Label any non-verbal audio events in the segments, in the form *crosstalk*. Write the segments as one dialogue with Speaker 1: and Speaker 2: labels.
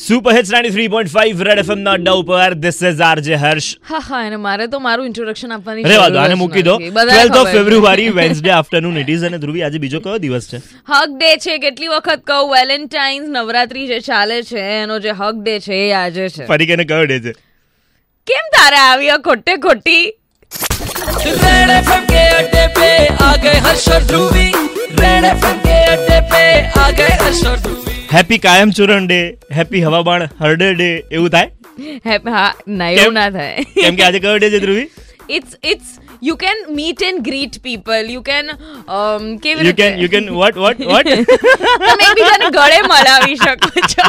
Speaker 1: Super hits ninety three point five red FM ના અડ્ડા ઉપર ધીસ ઇઝ આરજે હર્ષ
Speaker 2: હા હા અને મારે તો મારું ઇન્ટ્રોડક્શન આપવાની
Speaker 1: રેવા દો
Speaker 2: જરૂર
Speaker 1: આને
Speaker 2: જ
Speaker 1: મૂકી દો
Speaker 2: નથી. બધાને
Speaker 1: ટ્વેલ્થ ઓફ
Speaker 2: ખબર છે.
Speaker 1: ફેબ્રુઆરી
Speaker 2: *laughs*
Speaker 1: વેન્સડે આફ્ટરનૂન ઇટ ઇઝ અને ધ્રુવી આજે બીજો કયો દિવસ છે
Speaker 2: હક ડે છે કેટલી વખત કહું વેલેન્ટાઇન્સ નવરાત્રી જે ચાલે છે એનો જે હક ડે છે એ આજે છે
Speaker 1: ફરી કેને કયો ડે છે
Speaker 2: કેમ તારે આવી આ ખોટે ખોટી
Speaker 3: रेड एफएम के अड्डे पे आ गए हर्ष और ध्रुवी रेड एफएम के अड्डे पे आ गए हर्ष और ध्रुवी
Speaker 1: હેપી કાયમ ચૂરણ ડે હેપી હવાબાણ હરડે ડે એવું થાય
Speaker 2: હે હા ના એવું
Speaker 1: કેમ?
Speaker 2: ના થાય *laughs*
Speaker 1: કેમ કે આજે કયો ડે છે Dhruvi
Speaker 2: it's it's you can meet and greet people you can um, કેવી
Speaker 1: યુ કેન યુ
Speaker 2: રીતે
Speaker 1: કેન વોટ વોટ વોટ
Speaker 2: *laughs* તમે એકબીજાને ગળે મળાવી શકો
Speaker 1: *laughs*
Speaker 2: છો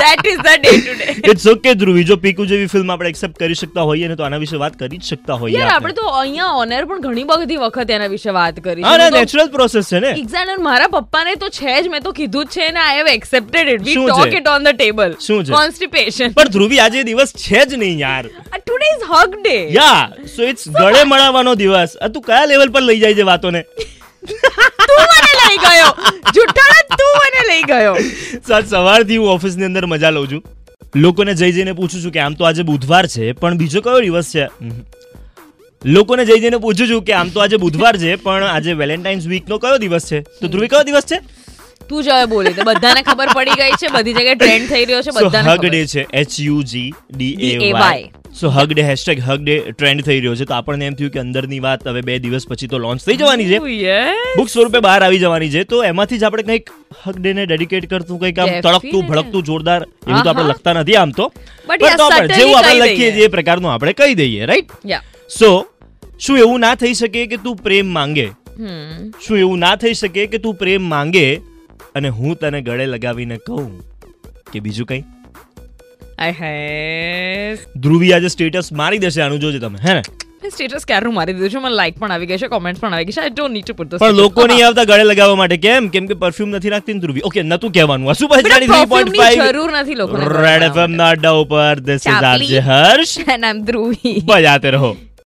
Speaker 2: that is the day today
Speaker 1: it's okay Dhruvi જો પીકુ જેવી ફિલ્મ આપણે એક્સેપ્ટ કરી શકતા હોઈએ ને તો આના વિશે વાત કરી જ શકતા હોઈએ
Speaker 2: યાર
Speaker 1: આપણે.
Speaker 2: આપણે તો અહીંયા ઓનર પણ ઘણી બધી વખત એના વિશે વાત કરી
Speaker 1: હા ના
Speaker 2: છે
Speaker 1: નેચરલ પ્રોસેસ છે ને
Speaker 2: એક્ઝામ્પલ મારા પપ્પાને તો છે જ મેં તો કીધું જ છે ને I have accepted it we
Speaker 1: શું
Speaker 2: ટોક
Speaker 1: છે?
Speaker 2: ઇટ ઓન ધ ટેબલ
Speaker 1: શું છે?
Speaker 2: કોન્સ્ટિપેશન
Speaker 1: પણ ધ્રુવી આજે એ દિવસ છે જ નહીં યાર
Speaker 2: today is hug day
Speaker 1: yeah so it's ગળે મળવાનો દિવસ આ તું કયા લેવલ પર લઈ જાય છે વાતોને
Speaker 2: તું મને લઈ ગયો જુઠ્ઠાણા તું મને લઈ ગયો
Speaker 1: સાત સવારથી હું ઓફિસની અંદર મજા લઉં છું લોકોને જઈ જઈને પૂછું છું કે આમ તો આજે બુધવાર છે પણ બીજો કયો દિવસ છે હમ. લોકોને જઈ જઈને પૂછું છું કે આમ તો આજે બુધવાર છે પણ આજે વેલેન્ટાઇન્સ વીકનો કયો દિવસ છે તો ધ્રુવી કયો દિવસ છે
Speaker 2: તું જ હવે બોલી દે બધાને ખબર પડી ગઈ છે બધી જગ્યાએ ટ્રેન્ડ થઈ રહ્યો છે
Speaker 1: સો
Speaker 2: બધાને
Speaker 1: હગ
Speaker 2: ખબર
Speaker 1: ડે છે H U G D A
Speaker 2: DAY.
Speaker 1: Y so hug day hashtag hug day trend થઈ રહ્યો છે તો આપણને એમ થયું કે અંદરની વાત હવે બે દિવસ પછી તો લોન્ચ થઈ જવાની છે
Speaker 2: Oh, yes.
Speaker 1: બુક સ્વરૂપે બહાર આવી જવાની છે તો એમાંથી જ આપણે કંઈક હક ડે ને ડેડિકેટ કરતું કંઈક આમ તડકતું
Speaker 2: Definitely.
Speaker 1: ભડકતું જોરદાર એવું તો આપણે
Speaker 2: આહા.
Speaker 1: લખતા નથી આમ તો
Speaker 2: But
Speaker 1: પણ
Speaker 2: yeah,
Speaker 1: તો પણ
Speaker 2: subtly
Speaker 1: જેવું આપણે
Speaker 2: કહી
Speaker 1: લખીએ
Speaker 2: દઈએ.
Speaker 1: છીએ એ પ્રકારનું આપણે કહી દઈએ રાઈટ
Speaker 2: Yeah.
Speaker 1: સો શું એવું ના થઈ શકે કે તું પ્રેમ માંગે
Speaker 2: Hmm.
Speaker 1: શું એવું ના થઈ શકે કે તું પ્રેમ માંગે અને હું તને ગળે લગાવીને કહું કે બીજું કંઈ
Speaker 2: આય હાય.
Speaker 1: ધ્રુવી આજે સ્ટેટસ મારી દેશે આનું જોજે તમે હે ને
Speaker 2: મેં સ્ટેટસ ક્યારનું મારી દીધું છે મને લાઈક પણ આવી ગઈ છે કોમેન્ટ પણ આવી ગઈ છે I don't need to put
Speaker 1: પણ લોકો
Speaker 2: *laughs*
Speaker 1: નહીં આવતા ગળે લગાવવા માટે કેમ કેમ કે પરફ્યુમ નથી નાખતી ને ધ્રુવી ઓકે નતું કહેવાનું આ શું
Speaker 2: બેટા, perfume ની
Speaker 1: 43.5
Speaker 2: જરૂર નથી લોકોને
Speaker 1: રેડ એફએમ ના અડ્ડા ઉપર this is
Speaker 2: ચાપલી.
Speaker 1: RJ Harsh
Speaker 2: *laughs* and I am Dhruvi
Speaker 1: બજાતે રહો